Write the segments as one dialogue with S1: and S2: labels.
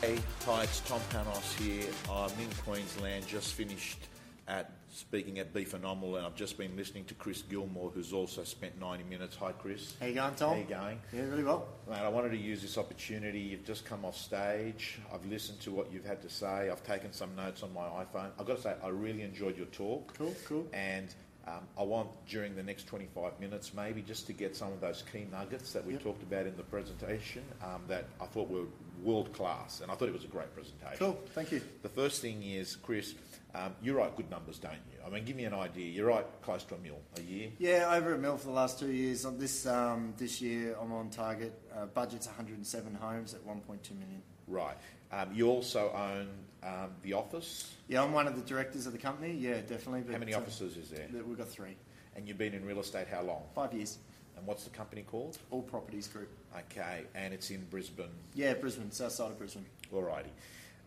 S1: Hey, hi, it's Tom Panos here. I'm in Queensland, just finished at speaking at Beef Anomal, and I've just been listening to Chris Gilmore, who's also spent 90 minutes. Hi, Chris.
S2: How you going, Tom?
S1: How you going?
S2: Yeah, really well.
S1: Mate, I wanted to use this opportunity. You've just come off stage. I've listened to what you've had to say. I've taken some notes on my iPhone. I've got to say, I really enjoyed your talk.
S2: Cool, cool.
S1: And um, I want during the next 25 minutes, maybe just to get some of those key nuggets that we
S2: Yep.
S1: talked about in the presentation um, that I thought were world class. And I thought it was a great presentation.
S2: Cool, thank you.
S1: The first thing is, Chris, um, you write good numbers, don't you? I mean, give me an idea. You write close to a mil a year.
S2: Yeah, over at Mill for the last two years. On This um, this year, I'm on target. Uh, budget's 107 homes at 1.2 million.
S1: Right. Um, you also own um, the office.
S2: Yeah, I'm one of the directors of the company. Yeah, definitely. But,
S1: How many
S2: uh,
S1: offices is there?
S2: that We've got three.
S1: And you've been in real estate how long?
S2: Five years.
S1: And what's the company called?
S2: All properties group.
S1: Okay, and it's in Brisbane.
S2: Yeah, Brisbane, south side of Brisbane.
S1: Alrighty.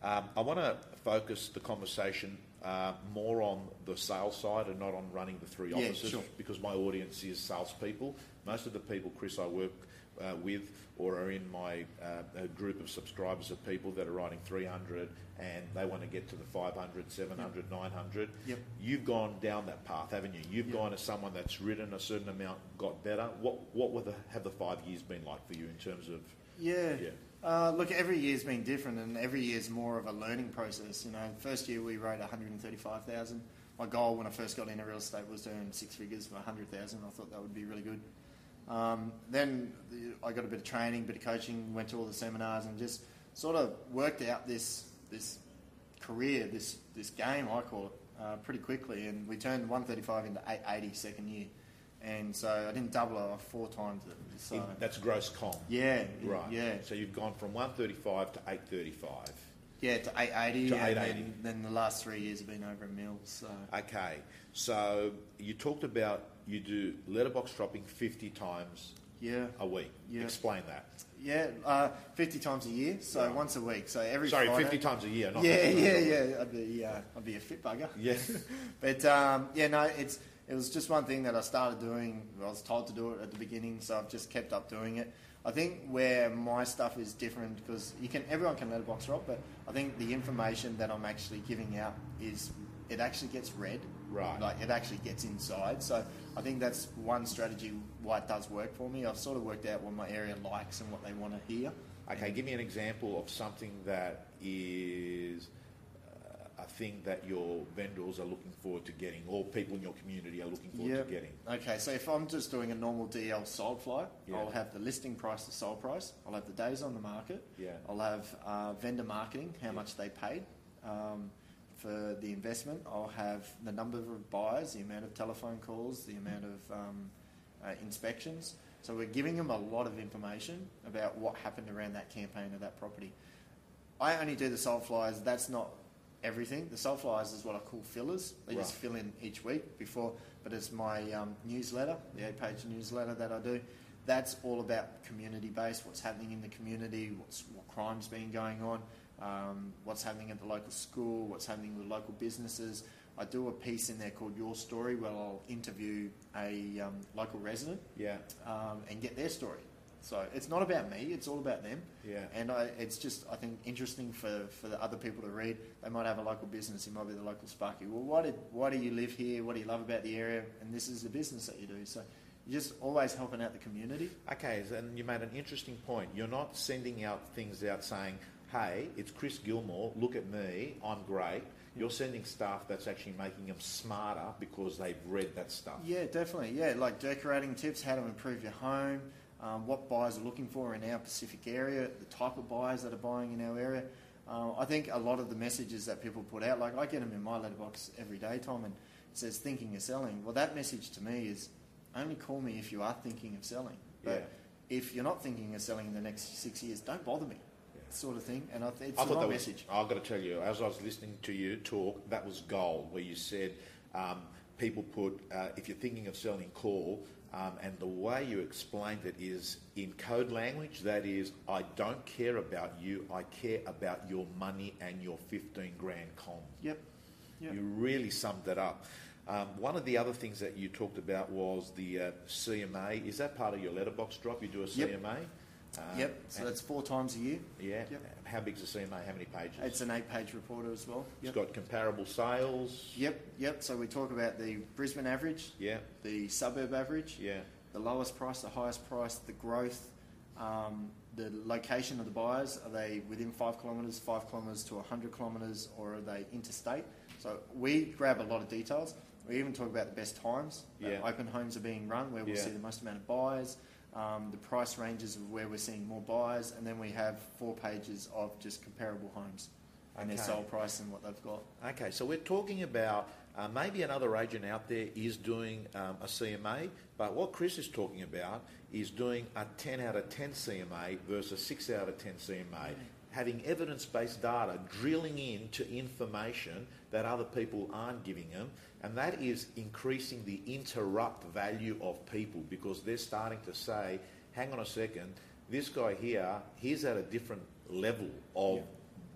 S1: Um, I want to focus the conversation uh, more on the sales side and not on running the three
S2: Yeah,
S1: offices
S2: sure.
S1: because my audience is salespeople. Most of the people, Chris, I work uh, with or are in my uh, uh, group of subscribers of people that are writing 300 and they want to get to the 500, 700, 900.
S2: Yep.
S1: You've gone down that path, haven't you? You've
S2: Yep.
S1: gone as someone that's written a certain amount, got better. What, what were the, have the five years been like for you in terms of.
S2: Yeah.
S1: Yeah.
S2: Uh, look, every year's been different, and every year's more of a learning process. You know, first year we wrote 135,000. My goal when I first got into real estate was to earn six figures for 100,000. I thought that would be really good. Um, then the- I got a bit of training, bit of coaching, went to all the seminars, and just sort of worked out this this career, this this game I call it, uh, pretty quickly. And we turned 135 into 880 second year, and so I didn't double it I four times. It, so
S1: In- that's gross comp.
S2: yeah,
S1: Right.
S2: yeah.
S1: So you've gone from 135 to 835.
S2: Yeah, to 880,
S1: To
S2: and
S1: 880.
S2: Then, then the last three years have been over a mil. So
S1: Okay. So you talked about you do letterbox dropping 50 times
S2: yeah,
S1: a week.
S2: Yeah.
S1: Explain that.
S2: yeah, uh, 50 times a year, so
S1: Right.
S2: once a week. So every
S1: Sorry,
S2: Friday.
S1: 50 times a year. Not
S2: Yeah, yeah, yeah. I'd be, uh, I'd be a fit bugger.
S1: Yeah.
S2: But um, yeah, no, it's it was just one thing that I started doing. I was told to do it at the beginning, so I've just kept up doing it. I think where my stuff is different because you can everyone can letterbox rob, but I think the information that I'm actually giving out is it actually gets read,
S1: Right.
S2: Like it actually gets inside. So I think that's one strategy why it does work for me. I've sort of worked out what my area likes and what they want to hear.
S1: Okay. Give me an example of something that is uh, a thing that your vendors are looking forward to getting or people in your community are looking forward
S2: Yeah.
S1: to getting.
S2: Okay, so if I'm just doing a normal DL sold flyer,
S1: Yeah.
S2: I'll have the listing price to sold price. I'll have the days on the market.
S1: Yeah.
S2: I'll have uh, vendor marketing, how
S1: Yeah.
S2: much they paid um, for the investment. I'll have the number of buyers, the amount of telephone calls, the amount of um, uh, inspections. So we're giving them a lot of information about what happened around that campaign of that property. I only do the sold flyers. That's not everything. The sold flyers is what I call fillers. They just
S1: Right.
S2: fill in each week before, but it's my um, newsletter, the eight-page newsletter that I do. That's all about community-based, what's happening in the community, what's, what crime's been going on, um, what's happening at the local school, what's happening with local businesses. I do a piece in there called Your Story where I'll interview a um, local resident
S1: Yeah.
S2: um, and get their story. So it's not about me; it's all about them.
S1: Yeah.
S2: And I, it's just I think interesting for, for the other people to read. They might have a local business. It might be the local Sparky. Well, why did why do you live here? What do you love about the area? And this is the business that you do. So you're just always helping out the community.
S1: Okay, so- and you made an interesting point. You're not sending out things out saying, hey, it's Chris Gilmore, look at me, I'm great. You're sending stuff that's actually making them smarter because they've read that stuff.
S2: Yeah, definitely. Yeah, like decorating tips, how to improve your home, um, what buyers are looking for in our Pacific area, the type of buyers that are buying in our area. Uh, I think a lot of the messages that people put out, like I get them in my letterbox every day, Tom, and it says thinking of selling. Well, that message to me is only call me if you are thinking of selling. But if you're not thinking of selling in the next six years, don't bother me,
S1: Yeah.
S2: sort of thing. And I th- it's
S1: I
S2: the
S1: thought
S2: wrong
S1: that was,
S2: message.
S1: I've got to tell you, as I was listening to you talk, that was gold, where you said um, people put, uh, if you're thinking of selling call, um, and the way you explained it is in code language, that is, I don't care about you, I care about your money and your 15 grand comp.
S2: Yep. yep.
S1: You really summed that up. Um, one of the other things that you talked about was the uh, CMA. Is that part of your letterbox drop? You do a
S2: Yep.
S1: CMA? Um,
S2: yep. So
S1: and-
S2: that's four times a year.
S1: yeah.
S2: yep.
S1: How big's the CMA? How many pages?
S2: It's an eight-page report as well.
S1: It's
S2: Yep.
S1: got comparable sales.
S2: Yep. Yep. So we talk about the Brisbane average,
S1: Yeah.
S2: the suburb average,
S1: Yeah.
S2: the lowest price, the highest price, the growth, um, the location of the buyers. Are they within five kilometres, five kilometres to 100 kilometres, or are they interstate? So we grab a lot of details. We even talk about the best times that
S1: Yeah.
S2: open homes are being run, where we'll
S1: Yeah.
S2: see the most amount of buyers, um, the price ranges of where we're seeing more buyers, and then we have four pages of just comparable homes and their
S1: Okay.
S2: sale price and what they've got.
S1: Okay, so we're talking about uh, maybe another agent out there is doing um, a CMA, but what Chris is talking about is doing a 10 out of 10 CMA versus 6 out of 10 CMA, having evidence based data drilling into information that other people aren't giving them, and that is increasing the interrupt value of people because they're starting to say, hang on a second, this guy here, he's at a different level of
S2: Yeah.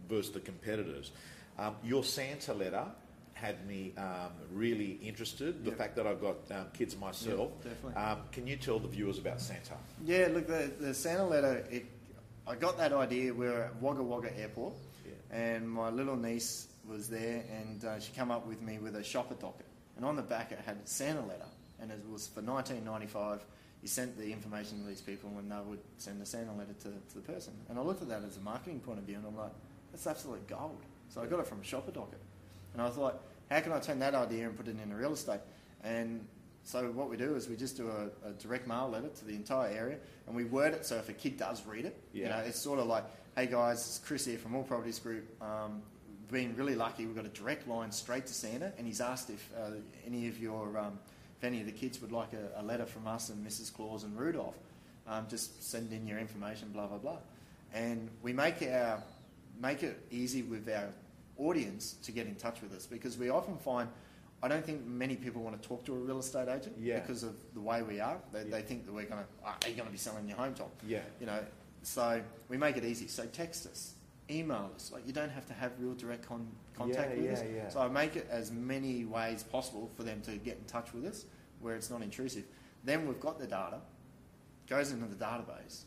S1: versus the competitors. Um, your Santa letter had me um, really interested. The
S2: Yep.
S1: fact that I've got um, kids myself.
S2: Yeah, definitely.
S1: um, can you tell the viewers about Santa?
S2: Yeah, look, the, the Santa letter, it, I got that idea. We were at Wagga Wagga Airport,
S1: Yeah.
S2: and my little niece was there, and uh, she came up with me with a shopper docket. And on the back, it had Santa letter, and it was for 1995. You sent the information to these people, and they would send the Santa letter to, to the person. And I looked at that as a marketing point of view, and I'm like, that's absolute gold. So I got it from a shopper docket. And I thought, how can I turn that idea and put it into real estate? And so what we do is we just do a, a direct mail letter to the entire area, and we word it so if a kid does read it, you
S1: Yeah.
S2: know, it's sort of like, hey guys, it's Chris here from All Properties Group. Um, been really lucky. We've got a direct line straight to Santa, and he's asked if uh, any of your, um, if any of the kids would like a, a letter from us and Mrs. Claus and Rudolph. Um, just send in your information, blah blah blah, and we make our make it easy with our audience to get in touch with us because we often find I don't think many people want to talk to a real estate agent
S1: Yeah.
S2: because of the way we are. They,
S1: Yeah.
S2: they think that we're going to, are you going to be selling your home, Tom?
S1: Yeah.
S2: you know so we make it easy so text us email us like you don't have to have real direct con- contact
S1: Yeah,
S2: with
S1: yeah,
S2: us
S1: yeah.
S2: so i make it as many ways possible for them to get in touch with us where it's not intrusive then we've got the data goes into the database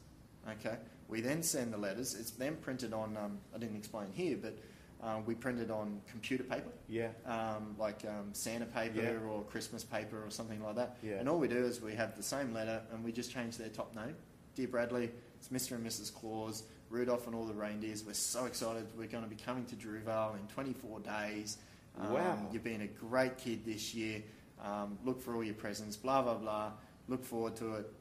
S2: okay we then send the letters it's then printed on um, i didn't explain here but uh, we print it on computer paper
S1: Yeah.
S2: um, like um, Santa paper
S1: Yeah.
S2: or Christmas paper or something like that.
S1: Yeah.
S2: And all we do is we have the same letter and we just change their top name. Dear Bradley, it's Mr. and Mrs. Claus, Rudolph and all the reindeers. We're so excited. We're going to be coming to Drewvale in 24 days. Um,
S1: Wow.
S2: You've been a great kid this year. Um, look for all your presents, blah, blah, blah. Look forward to it.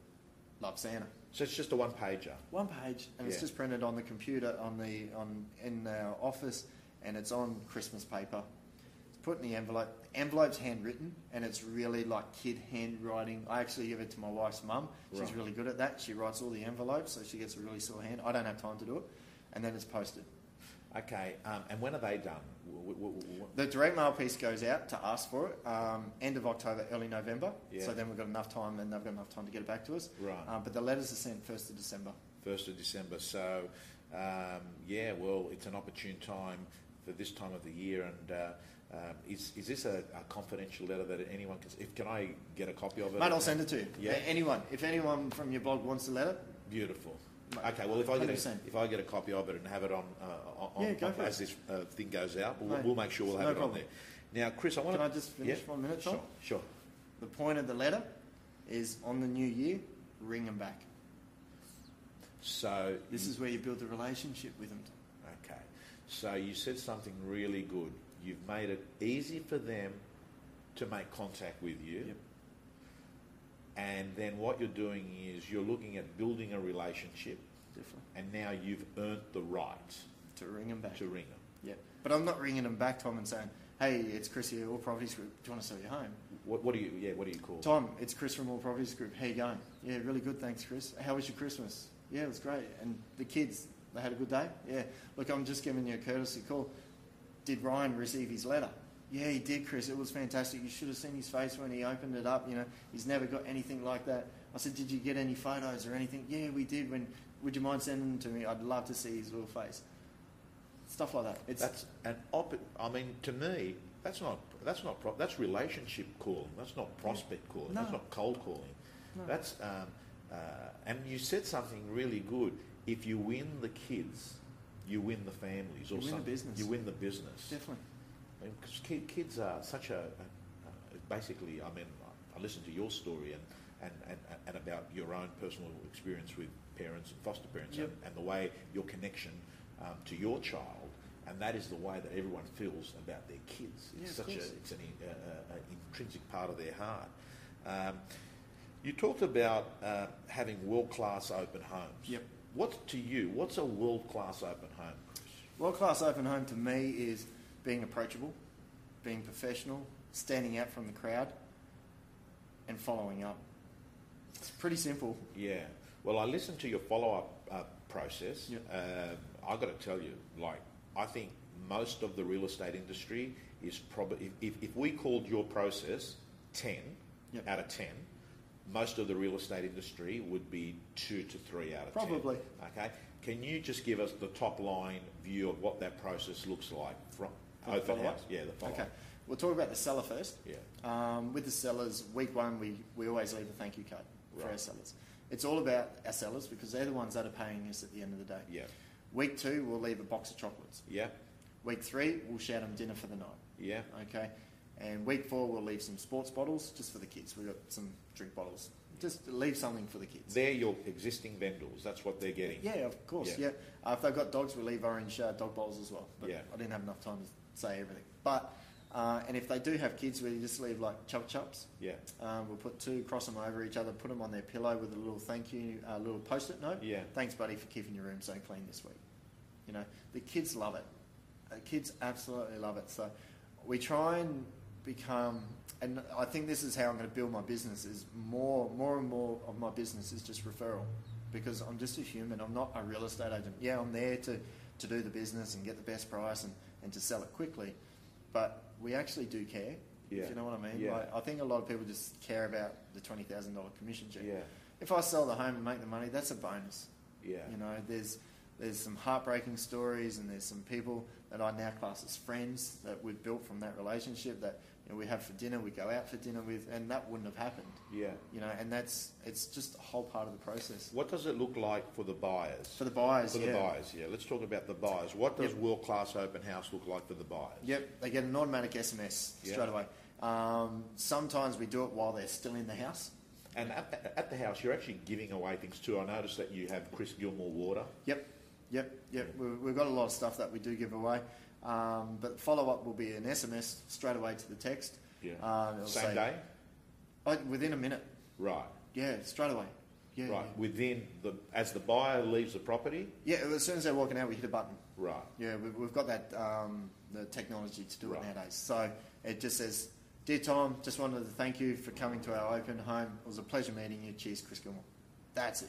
S2: Love Santa.
S1: So it's just a one pager.
S2: One page, and
S1: Yeah.
S2: it's just printed on the computer on the on in our office, and it's on Christmas paper. It's put in the envelope. The envelope's handwritten, and it's really like kid handwriting. I actually give it to my wife's mum. She's
S1: Right.
S2: really good at that. She writes all the envelopes, so she gets a really sore hand. I don't have time to do it, and then it's posted.
S1: Okay, um, and when are they done? W- w- w- w-
S2: The direct mail piece goes out to ask for it um, end of October, early November.
S1: Yeah.
S2: So then we've got enough time, and they've got enough time to get it back to us.
S1: Right.
S2: Uh, but the letters are sent first of December.
S1: 1st of December. So, um, yeah, well, it's an opportune time for this time of the year. And uh, um, is, is this a, a confidential letter that anyone can... If, can I get a copy of it?
S2: Mate, I'll send it to you.
S1: Yeah.
S2: A- Anyone. If anyone from your blog wants the letter,
S1: Beautiful.
S2: Mate,
S1: Okay, well, if I get a,
S2: 100%.
S1: if I get a copy of it and have it on, uh, on,
S2: Yeah, go
S1: on
S2: for
S1: as
S2: it.
S1: this uh, thing goes out, we'll,
S2: Mate,
S1: we'll make sure we'll have
S2: no
S1: it
S2: problem.
S1: on there. Now, Chris, I want
S2: can I
S1: to
S2: just finish
S1: yeah.
S2: one minute, Tom?
S1: sure, sure.
S2: The point of the letter is on the new year, ring them back.
S1: So
S2: This is where you build the relationship with them.
S1: okay. So you said something really good. You've made it easy for them to make contact with you.
S2: Yep.
S1: And then what you're doing is you're looking at building a relationship,
S2: Definitely.
S1: and now you've earned the right
S2: To ring them back.
S1: to ring them.
S2: Yeah. But I'm not ringing them back, Tom, and saying, hey, it's Chris here, All Properties Group. Do you want to sell your home?
S1: What, what do you? Yeah, what do you call?
S2: Tom, it's Chris from All Properties Group. How you going? Yeah, really good, thanks, Chris. How was your Christmas? Yeah, it was great. And the kids, they had a good day? Yeah. Look, I'm just giving you a courtesy call. Did Ryan receive his letter? Yeah, he did, Chris. It was fantastic. You should have seen his face when he opened it up. You know, he's never got anything like that. I said, Did you get any photos or anything? Yeah, we did. When would you mind sending them to me? I'd love to see his little face. Stuff like that. It's
S1: That's an op. I mean, to me, that's not that's not pro- that's relationship calling. That's not prospect calling. That's
S2: No.
S1: not cold calling.
S2: No.
S1: That's um, uh, And you said something really good. If you win the kids, you win the families, or
S2: You win the
S1: something.
S2: business.
S1: You win the business.
S2: Definitely.
S1: Because kids are such a, a- a- basically, I mean, I listened to your story and, and, and, and about your own personal experience with parents and foster parents
S2: Yep.
S1: and, and the way your connection um, to your child, and that is the way that everyone feels about their kids.
S2: Yeah, of
S1: It's such a,
S2: course.
S1: it's an in- uh, uh, uh, intrinsic part of their heart. Um, you talked about uh, having world-class open homes.
S2: Yep.
S1: What's to you? What's a world-class open home, Chris?
S2: World class open home to me is being approachable, being professional, standing out from the crowd, and following up. It's pretty simple.
S1: Yeah. Well, I listened to your follow up uh, process.
S2: Yeah.
S1: Um, I got to tell you, like, I think most of the real estate industry is probably, if, if, if we called your process 10
S2: Yep.
S1: out of 10, most of the real estate industry would be two to three out of
S2: Probably.
S1: 10. Okay. Can you just give us the top line view of what that process looks like from
S2: For the
S1: open
S2: follow-up?
S1: house? Yeah, the follow up.
S2: Okay, we'll talk about the seller first.
S1: Yeah.
S2: Um, with the sellers, week one, we, we always leave a thank you card for our
S1: Right.
S2: sellers. It's all about our sellers because they're the ones that are paying us at the end of the day.
S1: Yeah.
S2: Week two, we'll leave a box of chocolates.
S1: Yeah.
S2: Week three, we'll shout them dinner for the night.
S1: Yeah.
S2: Okay. And week four, we'll leave some sports bottles just for the kids. We've got some drink bottles. Just leave something for the kids.
S1: They're your existing vendors. That's what they're getting.
S2: Yeah, of course. Yeah.
S1: Yeah.
S2: Uh, if they've got dogs, we leave orange uh, dog bowls as well. But
S1: Yeah.
S2: I didn't have enough time to say everything. But, uh, and if they do have kids, we just leave like chup chups.
S1: Yeah.
S2: Um, we'll put two, cross them over each other, put them on their pillow with a little thank you, uh, little post it note.
S1: Yeah.
S2: Thanks, buddy, for keeping your room so clean this week. You know, the kids love it. The kids absolutely love it. So we try and become, and I think this is how I'm going to build my business. Is more, more and more of my business is just referral, because I'm just a human. I'm not a real estate agent. Yeah, I'm there to to do the business and get the best price and, and to sell it quickly, but we actually do care. If
S1: Yeah.
S2: you know what I mean.
S1: Yeah.
S2: Like, I think a lot of people just care about the twenty thousand dollar commission check.
S1: Yeah.
S2: If I sell the home and make the money, that's a bonus.
S1: Yeah.
S2: You know, there's there's some heartbreaking stories, and there's some people that I now class as friends that we've built from that relationship that you know, we have for dinner, we go out for dinner with, and that wouldn't have happened.
S1: Yeah.
S2: You know, and that's it's just a whole part of the process
S1: What does it look like for the buyers?
S2: for the buyers.
S1: For the
S2: yeah.
S1: buyers, yeah. Let's talk about the buyers. What does
S2: Yep.
S1: world class open house look like for the buyers?
S2: Yep, they get an automatic SMS
S1: Yeah.
S2: straight away. Um, sometimes we do it while they're still in the house.
S1: And at the, at the house, you're actually giving away things too. I noticed that you have Chris Gilmore water.
S2: Yep, yep, yep. We- We've got a lot of stuff that we do give away, um, but follow up will be an SMS straight away to the text.
S1: Yeah.
S2: Uh, it'll
S1: Same
S2: say-
S1: day?
S2: Oh, within a minute.
S1: Right.
S2: Yeah, straight away. Yeah,
S1: right. Within the, as the buyer leaves the property?
S2: yeah. Yeah, as soon as they're walking out, we hit a button.
S1: Right.
S2: Yeah, we've, we've got that um, the technology to do
S1: Right.
S2: it nowadays. So it just says, "Dear Tom, just wanted to thank you for coming to our open home. It was a pleasure meeting you. Cheers, Chris Gilmore." That's it.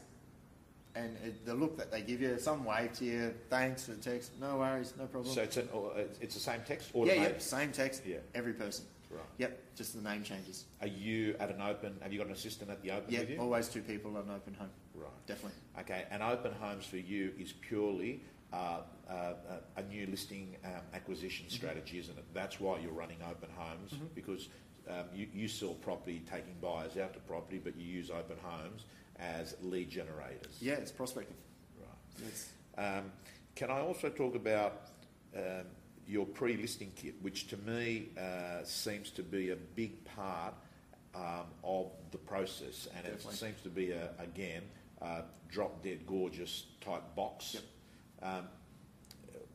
S2: And it, the look that they give you, some wave to you, thanks for the text. No worries, no problem.
S1: So it's, an, or it's- it's the same text?
S2: yeah,
S1: Automated?
S2: yeah, same text.
S1: Yeah.
S2: every person.
S1: Right.
S2: Yep, just the name changes.
S1: Are you at an open, have you got an assistant at the open
S2: Yeah, oh.
S1: with you?
S2: always two people on an open home.
S1: Right.
S2: Definitely.
S1: Okay, and open homes for you is purely uh, uh, uh, a new listing um, acquisition strategy, isn't it? That's why you're running open homes because um, you, you sell property, taking buyers out to property, but you use open homes as lead generators.
S2: Yeah, it's prospecting.
S1: Right.
S2: It's,
S1: Um, can I also talk about um, your pre-listing kit, which to me uh, seems to be a big part um, of the process, and
S2: Definitely.
S1: it seems to be a, again a drop dead gorgeous type box.
S2: Yep.
S1: Um,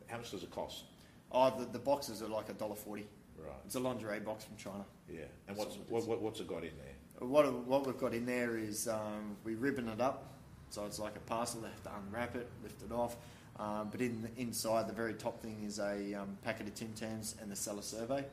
S1: how much does it cost?
S2: oh, the, the boxes are like a dollar forty.
S1: Right.
S2: It's a lingerie box from China.
S1: Yeah. And what's
S2: Solid.
S1: what, what, what's it got in there?
S2: What, what we've got in there is um, we ribbon it up, so it's like a parcel. They have to unwrap it, lift it off. Um, but in inside, the very top thing is a um, packet of Tim Tams and the seller survey, and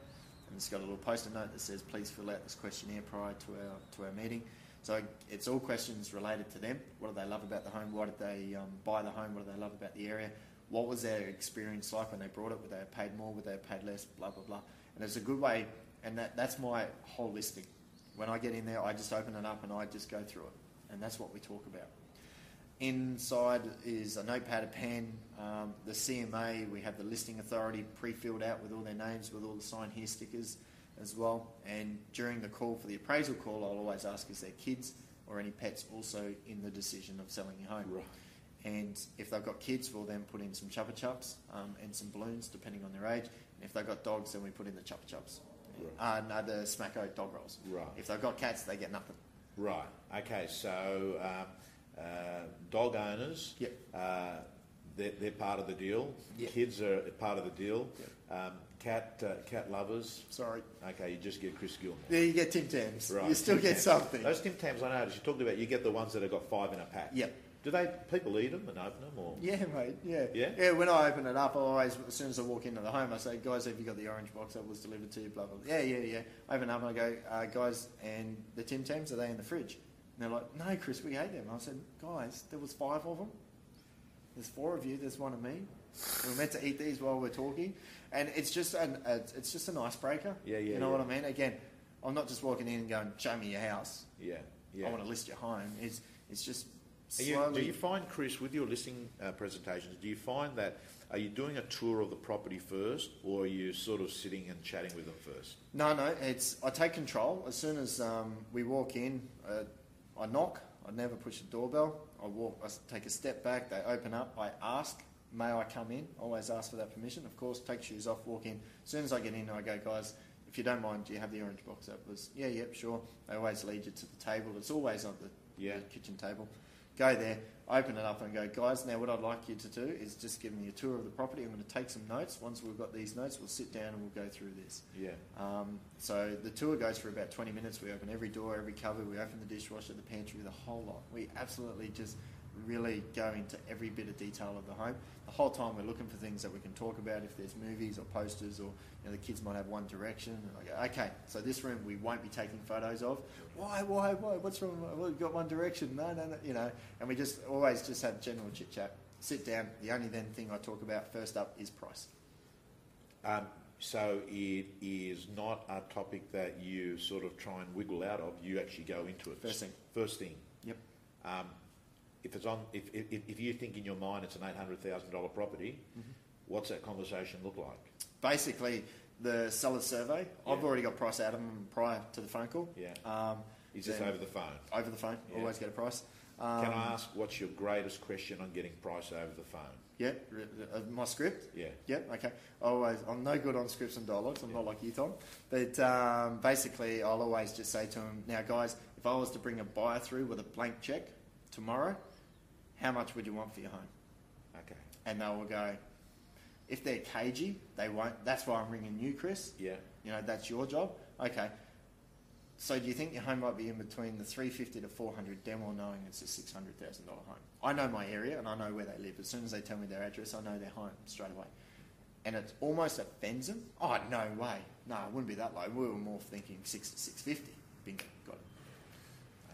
S2: it's got a little post-it note that says, "Please fill out this questionnaire prior to our to our meeting." So it's all questions related to them. What do they love about the home? Why did they um, buy the home? What do they love about the area? What was their experience like when they brought it? Would they have paid more? Would they have paid less? Blah blah blah. And it's a good way, and that, that's my whole listing. When I get in there, I just open it up and I just go through it, and that's what we talk about. Inside is a notepad, a pen, um, the CMA. We have the listing authority pre-filled out with all their names, with all the sign here stickers as well. And during the call for the appraisal call, I'll always ask, is there kids or any pets also in the decision of selling your home.
S1: Right.
S2: And if they've got kids, we'll then put in some chuppa chups um, and some balloons, depending on their age. And if they've got dogs, then we put in the chuppa chups.
S1: Right.
S2: Uh, no, the smacko dog rolls.
S1: Right.
S2: If they've got cats, they get nothing.
S1: Right. Okay. So um, uh, dog owners,
S2: Yep.
S1: uh, they're, they're part of the deal.
S2: Yep.
S1: Kids are part of the deal. Um, cat uh, cat lovers.
S2: Sorry.
S1: Okay, you just get Chris Gilmore.
S2: There you get Tim Tams.
S1: Right.
S2: You still
S1: Tim
S2: get
S1: Tams.
S2: something.
S1: Those Tim Tams I noticed you talked about. You get the ones that have got five in a pack.
S2: Yep.
S1: Do they people eat them and open them or?
S2: Yeah, mate. Yeah.
S1: Yeah?
S2: When I open it up, I always, as soon as I walk into the home, I say, "Guys, have you got the orange box that was delivered to you?" Blah blah. blah. Yeah, yeah, yeah. I open up and I go, uh, "Guys, and the Tim Tams are they in the fridge?" And they're like, "No, Chris, we ate them." I said, "Guys, there was five of them. There's four of you. There's one of me. We're meant to eat these while we're talking, and it's just an uh, it's just an icebreaker.
S1: Yeah, yeah,
S2: You know
S1: yeah.
S2: what I mean? Again, I'm not just walking in and going, "Show me your house.
S1: Yeah. Yeah.
S2: I want to list your home." It's it's just
S1: Are
S2: slowly.
S1: you, do you find, Chris, with your listing uh, presentations, do you find that are you doing a tour of the property first, or are you sort of sitting and chatting with them first?
S2: No, no, it's I take control as soon as um, we walk in. Uh, I knock. I never push the doorbell. I walk. I s- take a step back. They open up. I ask, "May I come in?" Always ask for that permission. Of course, take shoes off. Walk in. As soon as I get in, I go, "Guys, if you don't mind, do you have the orange box?" That was, "Yeah, yep, sure." They always lead you to the table. It's always on the,
S1: Yeah.
S2: the kitchen table. Go there, open it up, and go, "Guys, now what I'd like you to do is just give me a tour of the property. I'm going to take some notes. Once we've got these notes, we'll sit down and we'll go through this."
S1: Yeah.
S2: Um, so the tour goes for about 20 minutes. We open every door, every cupboard. We open the dishwasher, the pantry, the whole lot. We absolutely just really go into every bit of detail of the home. The whole time we're looking for things that we can talk about. If there's movies or posters, or you know, the kids might have One Direction. And I go, okay, so this room we won't be taking photos of. Why? Why? Why? What's wrong? Well, We've got One Direction. No, no, no. You know, and we just always just have general chit chat. Sit down. The only then thing I talk about first up is price.
S1: Um, so it is not a topic that you sort of try and wiggle out of. You actually go into it
S2: First thing.
S1: First thing.
S2: Yep.
S1: Um, if it's on, if, if, if you think in your mind it's an eight hundred thousand dollar property,
S2: Mm-hmm.
S1: what's that conversation look like?
S2: basically the seller survey. I've
S1: Yeah.
S2: already got price out of them prior to the phone call.
S1: Yeah.
S2: Um,
S1: Is this
S2: then-
S1: over the phone?
S2: over the phone?
S1: Yeah.
S2: Always get a price. Um,
S1: Can I ask what's your greatest question on getting price over the phone?
S2: Yeah, re- uh, my script.
S1: Yeah.
S2: Yep, okay. I Always, I'm no good on scripts and dialogues. I'm
S1: Yeah.
S2: not like you, Tom. But um, basically, I'll always just say to them, now, guys, if I was to bring a buyer through with a blank check tomorrow, how much would you want for your home?
S1: Okay.
S2: And they will go, if they're cagey, they won't. That's why I'm ringing you, Chris.
S1: Yeah.
S2: You know, that's your job. Okay. So do you think your home might be in between the 350 to 400 demo knowing it's a $600,000 home? I know my area and I know where they live. As soon as they tell me their address, I know their home straight away. And it almost offends them. Oh, no way. No, it wouldn't be that low. We were more thinking 6 to 650. Bingo. Got it.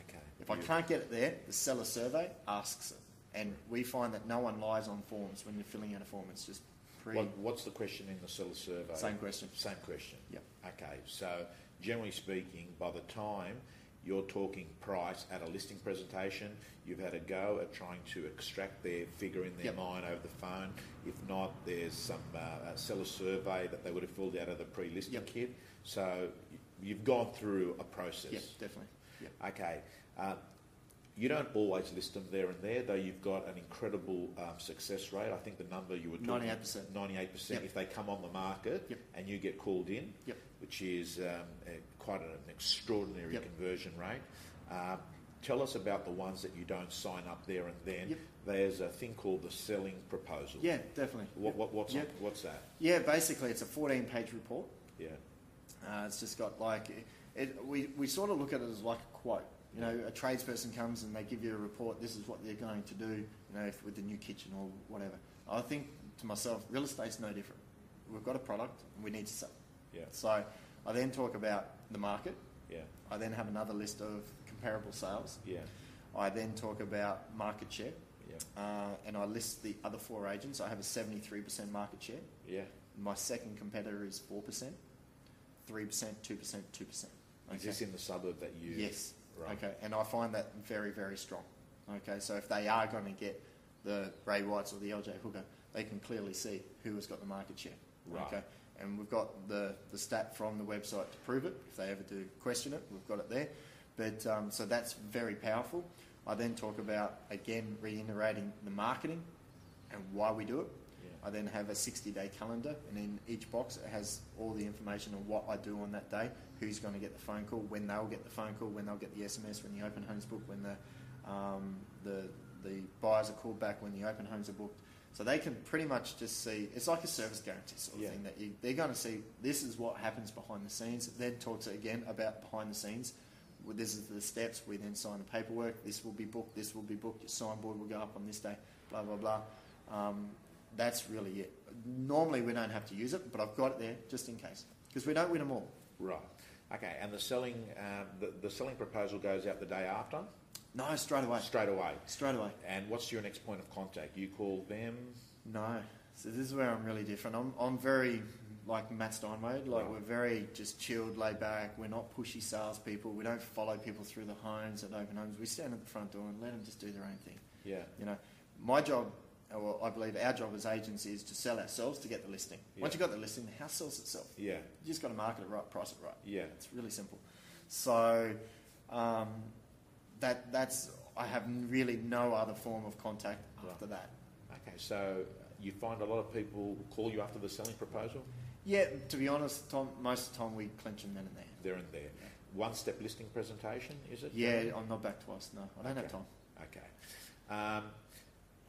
S1: Okay.
S2: If I
S1: Yeah.
S2: can't get it there, the seller survey asks it. And we find that no one lies on forms when you're filling out a form. It's just pre...
S1: What, what's the question in the seller survey?
S2: Same question.
S1: Same question.
S2: Yep.
S1: Okay, so generally speaking, by the time you're talking price at a listing presentation, you've had a go at trying to extract their figure in their
S2: Yep.
S1: mind over the phone. If not, there's some uh, uh, seller survey that they would have filled out of the pre-listing
S2: Yep.
S1: kit. So y- you've gone through a process.
S2: Yep, definitely. Yep.
S1: Okay. Um, you don't always list them there and there, though you've got an incredible um, success rate. I think the number you were talking
S2: 98%.
S1: 98%.
S2: Yep.
S1: If they come on the market
S2: Yep.
S1: and you get called in,
S2: Yep.
S1: which is um, a, quite an extraordinary
S2: Yep.
S1: conversion rate. Um, tell us about the ones that you don't sign up there and then.
S2: Yep.
S1: There's a thing called the selling proposal.
S2: Yeah, definitely.
S1: What, what, what's, on-
S2: Yep.
S1: what's that?
S2: Yeah, basically, it's a 14 page report.
S1: Yeah.
S2: Uh, it's just got like, it, it, we, we sort of look at it as like a quote. You know, a tradesperson comes and they give you a report, this is what they're going to do, you know, if, with the new kitchen or whatever. I think to myself, real estate's no different. We've got a product and we need to sell.
S1: Yeah.
S2: So I then talk about the market.
S1: Yeah.
S2: I then have another list of comparable sales.
S1: Yeah.
S2: I then talk about market share.
S1: Yeah.
S2: Uh, and I list the other four agents. I have a 73% market share.
S1: Yeah.
S2: My second competitor is 4%, 3%, 2%, 2%.
S1: Is this in the suburb that you?
S2: Yes.
S1: Right.
S2: Okay. And I find that very, very strong. Okay. So if they are going to get the Ray Whites or the LJ Hooker, they can clearly see who has got the market share.
S1: Right.
S2: Okay. And we've got the, the stat from the website to prove it. If they ever do question it, we've got it there. But um, so that's very powerful. I then talk about again reiterating the marketing and why we do it. I then have a 60 day calendar, and in each box it has all the information on what I do on that day, who's going to get the phone call, when they'll get the phone call, when they'll get the SMS, when the open homes booked, when the, um, the, the buyers are called back, when the open homes are booked. So they can pretty much just see it's like a service guarantee sort of
S1: Yeah.
S2: thing that you, they're going to see this is what happens behind the scenes. It then talks again about behind the scenes. Well, this is the steps. We then sign the paperwork. This will be booked. This will be booked. Your sign board will go up on this day. Blah blah blah. Um, that's really it. Normally we don't have to use it, but I've got it there just in case because we don't win them all.
S1: Right. Okay, and the selling, um, the, the selling proposal goes out the day after,
S2: No, straight away.
S1: straight away.
S2: Straight away.
S1: And what's your next point of contact? You call them.
S2: No. So this is where I'm really different. I'm, I'm very like Matt Steinway. Like
S1: Right.
S2: we're very just chilled, laid back. We're not pushy salespeople. We don't follow people through the homes at open homes. We stand at the front door and let them just do their own thing.
S1: Yeah.
S2: You know, my job, or I believe our job as agents, is to sell ourselves to get the listing. Once
S1: Yeah.
S2: you've got the listing, the house sells itself.
S1: Yeah.
S2: You just got to market it right, price it right.
S1: Yeah.
S2: It's really simple. So um, that that's I have really no other form of contact
S1: Right.
S2: after that.
S1: Okay, so you find a lot of people call you after the selling proposal.
S2: Yeah, to be honest, Tom, most of the time we clinch them then and there.
S1: There and there. One step listing presentation, is it?
S2: Yeah, I'm not back twice. No, I don't
S1: Okay.
S2: have time.
S1: Okay. Um,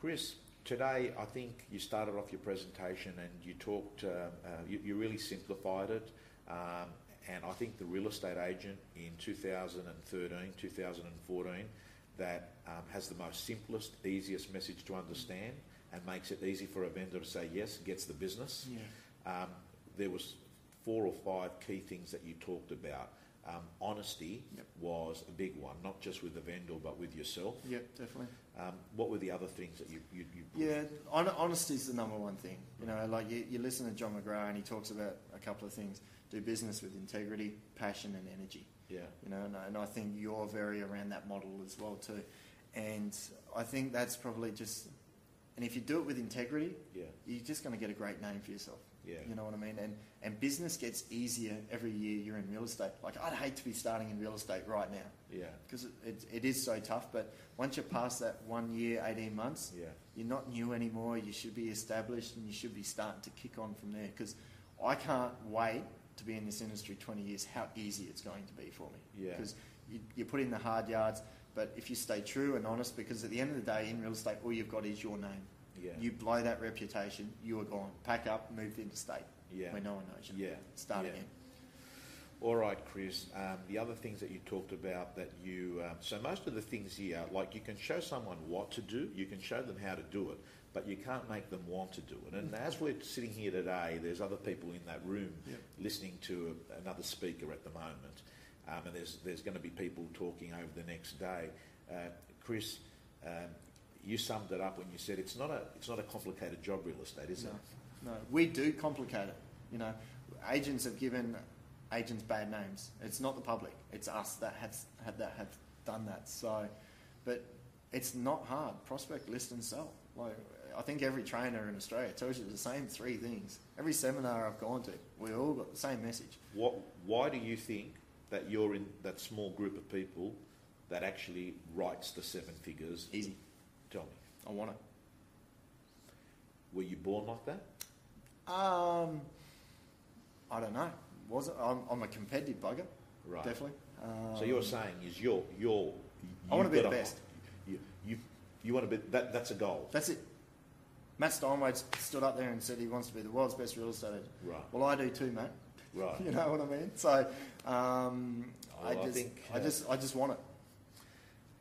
S1: Chris, today I think you started off your presentation and you talked, uh, uh, you, you really simplified it. Um, and I think the real estate agent in 2013, 2014, that um, has the most simplest, easiest message to understand and makes it easy for a vendor to say yes, gets the business.
S2: Yeah.
S1: Um, there was four or five key things that you talked about. Um, honesty
S2: Yep.
S1: was a big one, not just with the vendor but with yourself.
S2: Yep, definitely.
S1: Um, what were the other things that you you, you
S2: Yeah, hon- honesty is the number one thing. You know, like you, you listen to John McGrath and he talks about a couple of things: do business with integrity, passion, and energy.
S1: yeah
S2: You know, and I, and I think you're very around that model as well too. And I think that's probably just, and if you do it with integrity,
S1: yeah
S2: you're just going to get a great name for yourself.
S1: yeah
S2: You know what I mean? And and business gets easier every year you're in real estate. Like I'd hate to be starting in real estate right now
S1: yeah
S2: because it, it, it is so tough. But once you pass that one year, eighteen months,
S1: yeah
S2: you're not new anymore. You should be established and you should be starting to kick on from there. Because I can't wait to be in this industry 20 years, how easy it's going to be for me.
S1: Yeah.
S2: Because you, you put in the hard yards, but if you stay true and honest, because at the end of the day in real estate, all you've got is your name.
S1: yeah
S2: You blow that reputation, you are gone. Pack up, move interstate
S1: yeah
S2: where no one knows you.
S1: yeah
S2: Start
S1: yeah.
S2: again.
S1: All right, Chris. Um, the other things that you talked about that you um, so most of the things here, like you can show someone what to do, you can show them how to do it, but you can't make them want to do it. And as we're sitting here today, there's other people in that room
S2: Yep.
S1: listening to a, another speaker at the moment, um, and there's there's going to be people talking over the next day. Uh, Chris, um, you summed it up when you said it's not a it's not a complicated job, real estate, is
S2: no,
S1: it?
S2: no, we do complicate it. You know, agents have given agents bad names. It's not the public. It's us that has had that have done that. So, but it's not hard. Prospect, list, and sell. Like I think every trainer in Australia tells you the same three things. Every seminar I've gone to, we all got the same message.
S1: What, why do you think that you're in that small group of people that actually writes the seven figures?
S2: Easy.
S1: Tell me,
S2: I want it.
S1: were you born like that?
S2: Um, I don't know. Was it? I'm, I'm a competitive bugger,
S1: Right.
S2: definitely. Um,
S1: So you're saying is you're you're.
S2: I wanna
S1: you've
S2: be the
S1: got a-
S2: best.
S1: You you, you want to be that, that's a goal,
S2: That's it. Matt Steinway stood up there and said he wants to be the world's best real estate agent.
S1: right?
S2: Well, I do too, mate.
S1: Right.
S2: You know what I mean? So um,
S1: Oh,
S2: I
S1: I
S2: just, I,
S1: think, uh,
S2: just, I just want it.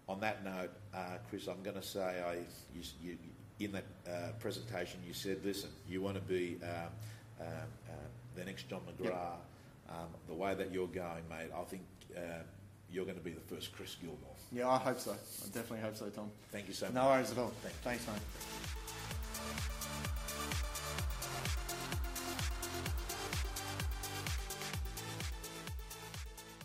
S1: On that note, uh, Chris, I'm going to say I, you, you, in that uh, presentation you said, listen, you want to be um, um, uh, the next John McGrath. Um, the way that you're going, mate, I think uh, you're going to be the first Chris Gilmore.
S2: Yeah, I hope so. I definitely hope so, Tom.
S1: Thank you so much.
S2: No worries at all. Thanks, mate.